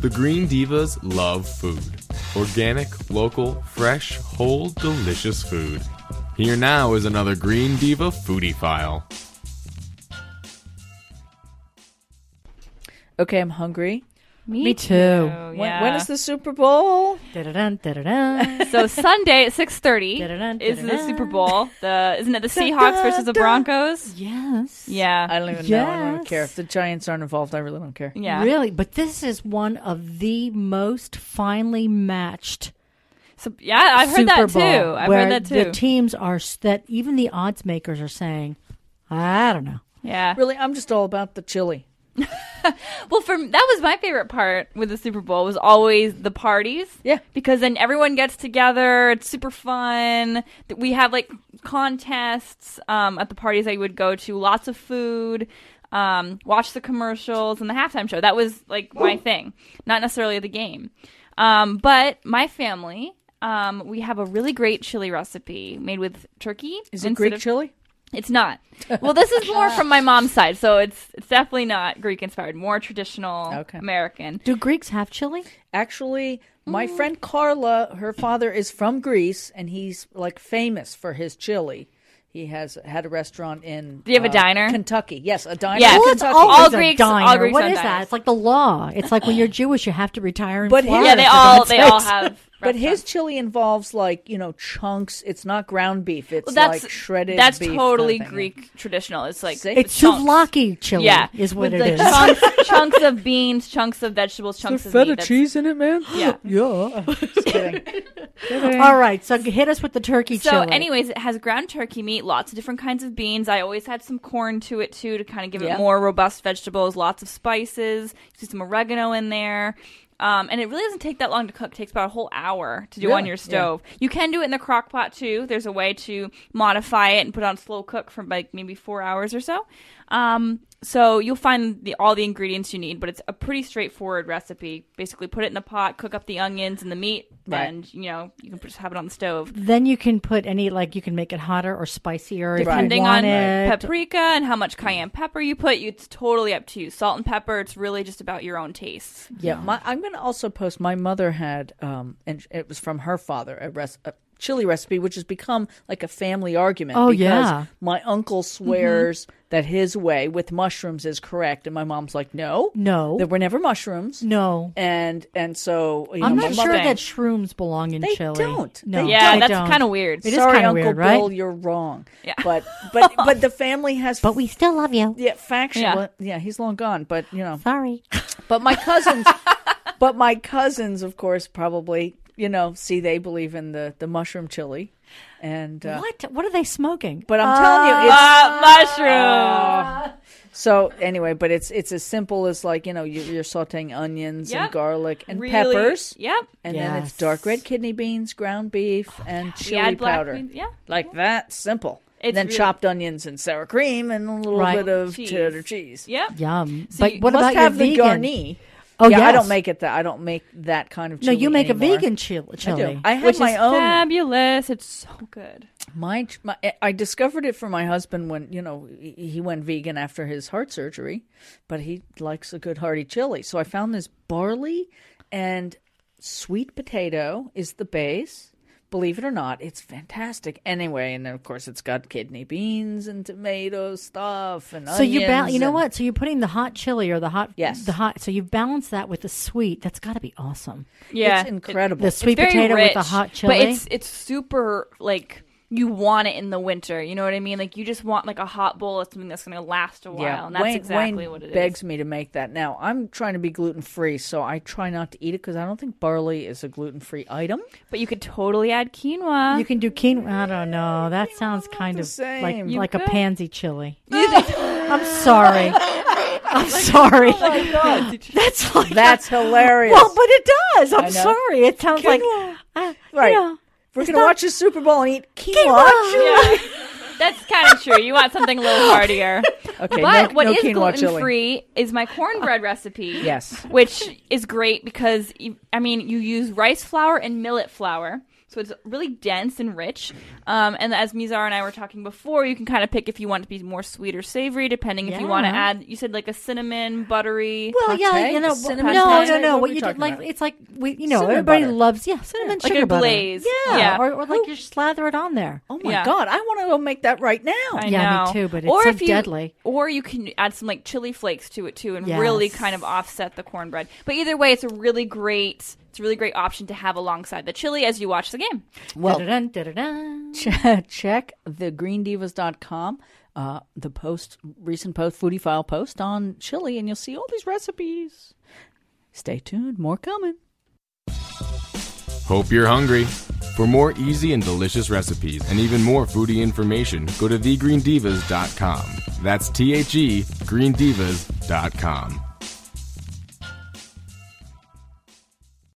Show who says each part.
Speaker 1: The Green Divas love food. Organic, local, fresh, whole, delicious food. Here now is another Green Diva foodie file.
Speaker 2: Okay, I'm hungry.
Speaker 3: Me, Oh,
Speaker 4: too.
Speaker 2: When, when is the Super Bowl?
Speaker 4: Da-da-dun, da-da-dun.
Speaker 3: so Sunday at six thirty
Speaker 4: Da-da-dun,
Speaker 3: is the
Speaker 4: da-da-dun.
Speaker 3: Super Bowl. The isn't it the Seahawks versus the Broncos?
Speaker 4: yes.
Speaker 3: Yeah,
Speaker 2: I don't even know. I don't even
Speaker 4: Yes.
Speaker 2: care. If the Giants aren't involved, I really don't care.
Speaker 3: yeah.
Speaker 4: Really, but this is one of the most finely matched
Speaker 3: So, yeah, I've heard
Speaker 4: Super
Speaker 3: that
Speaker 4: Bowl,
Speaker 3: too. I've
Speaker 4: where
Speaker 3: heard that
Speaker 4: The
Speaker 3: too.
Speaker 4: teams are s- that even the odds makers are saying, I don't know.
Speaker 3: yeah.
Speaker 2: Really, I'm just all about the chili.
Speaker 3: Well, for that was my favorite part with the Super Bowl was always the parties.
Speaker 2: Yeah.
Speaker 3: because then everyone gets together. It's super fun. Th- We have like contests um, at the parties I would go to. Lots of food. Um, watch the commercials and the halftime show. That was like my thing, not necessarily the game. Um, but my family, um, we have a really great chili recipe made with turkey.
Speaker 2: Is it
Speaker 3: instead
Speaker 2: Greek
Speaker 3: of-
Speaker 2: chili?
Speaker 3: it's not. Well, this is more from my mom's side, so it's it's definitely not Greek inspired. More traditional
Speaker 2: Okay.
Speaker 3: American.
Speaker 4: Do Greeks have chili?
Speaker 2: Actually, my friend Carla, her father is from Greece, and he's like famous for his chili. He has had a restaurant in. Do
Speaker 3: you have a diner?
Speaker 2: Kentucky. Yes, a diner.
Speaker 3: Yeah.
Speaker 2: in
Speaker 3: Well,
Speaker 4: Well, it's
Speaker 2: Kentucky.
Speaker 4: always
Speaker 3: All
Speaker 4: a
Speaker 3: Greeks- all
Speaker 4: diner.
Speaker 3: Greeks
Speaker 4: what
Speaker 3: have
Speaker 4: is that?
Speaker 3: diners.
Speaker 4: It's like the law. It's like when you're Jewish, you have to retire in
Speaker 2: But
Speaker 4: Florida.
Speaker 3: Yeah, they
Speaker 4: for
Speaker 3: all
Speaker 4: God's
Speaker 3: they
Speaker 4: sakes.
Speaker 3: all have.
Speaker 2: But his
Speaker 3: restaurants.
Speaker 2: chili involves like you know chunks. It's not ground beef. It's
Speaker 3: Well, that's
Speaker 2: like shredded.
Speaker 3: That's
Speaker 2: beef
Speaker 3: totally
Speaker 2: kind of thing.
Speaker 3: Greek traditional. It's like
Speaker 2: See?
Speaker 3: the
Speaker 4: It's
Speaker 3: chunks.
Speaker 4: souvlaki chili,
Speaker 3: Yeah,
Speaker 4: is what
Speaker 3: With
Speaker 4: it is.
Speaker 3: the Chunks, chunks of beans, chunks of vegetables, chunks of meat. That's-
Speaker 1: in it, man?
Speaker 3: Yeah.
Speaker 1: Yeah.
Speaker 2: Just kidding.
Speaker 4: all right, so hit us with the turkey
Speaker 3: So,
Speaker 4: chili.
Speaker 3: anyways, it has ground turkey meat, lots of different kinds of beans. I always had some corn to it too to kind of give
Speaker 2: Yeah.
Speaker 3: it more robust vegetables. Lots of spices. See some oregano in there. Um, and it really doesn't take that long to cook. It takes about a whole hour to do on
Speaker 2: Really?
Speaker 3: your stove. You can do it in the crock pot too. There's a way to modify it and put it on slow cook for like maybe four hours or so. Um, so you'll find the, all the ingredients you need, but it's a pretty straightforward recipe. Basically, put it in the pot, cook up the onions and the meat,
Speaker 2: Right.
Speaker 3: and you know you can just have it on the stove.
Speaker 4: then you can put any like you can make it hotter or spicier if you
Speaker 3: depending
Speaker 4: want
Speaker 3: on
Speaker 4: it.
Speaker 3: paprika and how much cayenne pepper you put. You, it's totally up to you. Salt and pepper. It's really just about your own taste.
Speaker 2: Yeah, my, I'm going to also post. My mother had, um, and it was from her father, a, res- a chili recipe, which has become like a family argument.
Speaker 4: Oh,
Speaker 2: because
Speaker 4: yeah.
Speaker 2: my uncle swears that his way with mushrooms is correct, and my mom's like, no,
Speaker 4: No.
Speaker 2: there were never mushrooms,
Speaker 4: No.
Speaker 2: and and so you
Speaker 4: I'm
Speaker 2: know,
Speaker 4: not
Speaker 2: my
Speaker 4: sure
Speaker 2: mother-
Speaker 3: Interesting.
Speaker 4: that shrooms belong in
Speaker 2: They
Speaker 4: chili.
Speaker 2: don't.
Speaker 4: No,
Speaker 2: They
Speaker 3: Yeah,
Speaker 2: don't.
Speaker 4: they
Speaker 3: that's
Speaker 4: don't.
Speaker 3: kind of weird.
Speaker 4: It is
Speaker 2: Sorry,
Speaker 4: kinda
Speaker 2: Uncle
Speaker 4: weird, right?
Speaker 2: Bill, you're wrong. Yeah. but but but the family has.
Speaker 4: But we still love you.
Speaker 2: yeah, factual.
Speaker 3: Yeah.
Speaker 2: Yeah. he's long gone, but you know.
Speaker 4: Sorry.
Speaker 2: But my cousins, but my cousins, of course, probably you know see they believe in the the mushroom chili, and uh,
Speaker 4: What? What are they smoking?
Speaker 2: but I'm telling you, it's
Speaker 3: Uh, mushroom.
Speaker 2: Ah. so anyway. But it's it's as simple as like you know you, you're sautéing onions and
Speaker 3: Yep.
Speaker 2: garlic and
Speaker 3: Really-
Speaker 2: peppers,
Speaker 3: Yep. Oh,
Speaker 2: and then it's
Speaker 4: Yes.
Speaker 2: dark red kidney beans, ground beef, and
Speaker 3: We
Speaker 2: chili
Speaker 3: add black
Speaker 2: powder.
Speaker 3: beans- Yeah.
Speaker 2: Like that simple.
Speaker 3: It's
Speaker 2: and then
Speaker 3: really-
Speaker 2: chopped onions and sour cream and a little
Speaker 4: Right.
Speaker 2: bit of
Speaker 3: Cheese.
Speaker 2: cheddar cheese.
Speaker 3: Yep.
Speaker 4: Yum.
Speaker 3: So
Speaker 4: but
Speaker 3: you
Speaker 4: what
Speaker 2: Must
Speaker 4: about
Speaker 2: have
Speaker 4: your
Speaker 2: the
Speaker 4: vegan?
Speaker 2: garni.
Speaker 4: Oh,
Speaker 2: yeah, I
Speaker 4: yes.
Speaker 2: don't make it that. I don't make that kind of
Speaker 4: No,
Speaker 2: chili.
Speaker 4: you make
Speaker 2: anymore.
Speaker 4: a vegan chili.
Speaker 2: I
Speaker 4: chili.
Speaker 2: do. I have
Speaker 3: Which is
Speaker 2: my own.
Speaker 3: fabulous. It's so good.
Speaker 2: My, my eh, I discovered it for my husband when you know he he went vegan after his heart surgery, but he likes a good hearty chili. So I found this barley and sweet potato is the base. Believe it or not, it's fantastic. Anyway, and then of course it's got kidney beans and tomato stuff and
Speaker 4: So you ba-
Speaker 2: onions
Speaker 4: you know
Speaker 2: and-
Speaker 4: what? So you're putting the hot chili or the hot
Speaker 2: Yes.
Speaker 4: the hot. So you balance that with the sweet. That's got to be awesome.
Speaker 3: Yeah.
Speaker 2: It's incredible.
Speaker 4: The sweet
Speaker 3: very
Speaker 4: potato with
Speaker 3: rich,
Speaker 4: the hot chili.
Speaker 3: But it's it's super like you want it in the winter. You know what I mean? Like you just want like a hot bowl of something that's going to last a while, and that's
Speaker 2: Wayne,
Speaker 3: exactly
Speaker 2: Wayne
Speaker 3: what it is.
Speaker 2: begs me to make that now. I'm trying to be gluten free, so I try not to eat it because I don't think barley is a gluten free item.
Speaker 3: But you could totally add quinoa.
Speaker 4: you can do quinoa. I don't know. That sounds kind of
Speaker 2: same.
Speaker 4: like
Speaker 2: You
Speaker 4: like a
Speaker 3: could.
Speaker 4: pansy chili. I'm sorry. I'm sorry.
Speaker 2: oh
Speaker 4: That's like
Speaker 2: That's hilarious.
Speaker 4: Well, but it does. I'm
Speaker 2: know.
Speaker 4: sorry. It sounds like
Speaker 2: Quinoa.
Speaker 4: uh,
Speaker 2: Right.
Speaker 4: You know,
Speaker 2: We're
Speaker 4: it's
Speaker 2: gonna
Speaker 4: not-
Speaker 2: watch the Super Bowl and eat quinoa.
Speaker 4: Quinoa.
Speaker 2: chili.
Speaker 3: Yeah. That's kind of true. You want something a little heartier.
Speaker 2: Okay,
Speaker 3: But
Speaker 2: no,
Speaker 3: what
Speaker 2: no
Speaker 3: is
Speaker 2: quinoa
Speaker 3: gluten
Speaker 2: chili.
Speaker 3: free is my cornbread recipe.
Speaker 2: Yes.
Speaker 3: Which is great because, you- I mean, you use rice flour and millet flour. So it's really dense and rich. Um, and as Mizar and I were talking before, you can kind of pick if you want to be more sweet or savory, depending if you want to
Speaker 4: Yeah.
Speaker 3: add. You said like a cinnamon buttery.
Speaker 4: Well, yeah,
Speaker 2: Pate?
Speaker 4: you know,
Speaker 2: Cinnamon
Speaker 4: no,
Speaker 2: pate?
Speaker 4: no, no.
Speaker 2: What
Speaker 4: What
Speaker 2: we
Speaker 4: you did,
Speaker 2: talking
Speaker 4: like,
Speaker 2: about?
Speaker 4: it's like we, you know,
Speaker 2: Cinnamon
Speaker 4: everybody
Speaker 2: butter.
Speaker 4: loves, yeah, cinnamon
Speaker 3: Like
Speaker 4: sugar
Speaker 3: a
Speaker 4: butter.
Speaker 3: glaze.
Speaker 4: Yeah,
Speaker 3: Yeah.
Speaker 4: Or, or like you slather it on there.
Speaker 2: Oh my
Speaker 3: Yeah.
Speaker 2: god, I want to go make that right now.
Speaker 3: I
Speaker 4: Yeah, me
Speaker 3: know.
Speaker 4: too, but it's
Speaker 3: or
Speaker 4: so
Speaker 3: if you,
Speaker 4: deadly.
Speaker 3: Or you can add some like chili flakes to it too, and really
Speaker 4: Yes.
Speaker 3: kind of offset the cornbread. But either way, it's a really great, it's a really great option to have alongside the chili as you watch the game.
Speaker 2: Well-
Speaker 4: Dun, dun, dun, dun.
Speaker 2: Ch- check thegreendivas.com, uh, the post recent post foodie file post on chili, and you'll see all these recipes. Stay tuned, more coming.
Speaker 1: Hope you're hungry. For more easy and delicious recipes and even more foodie information, go to thegreendivas.com. That's T H E greendivas.com.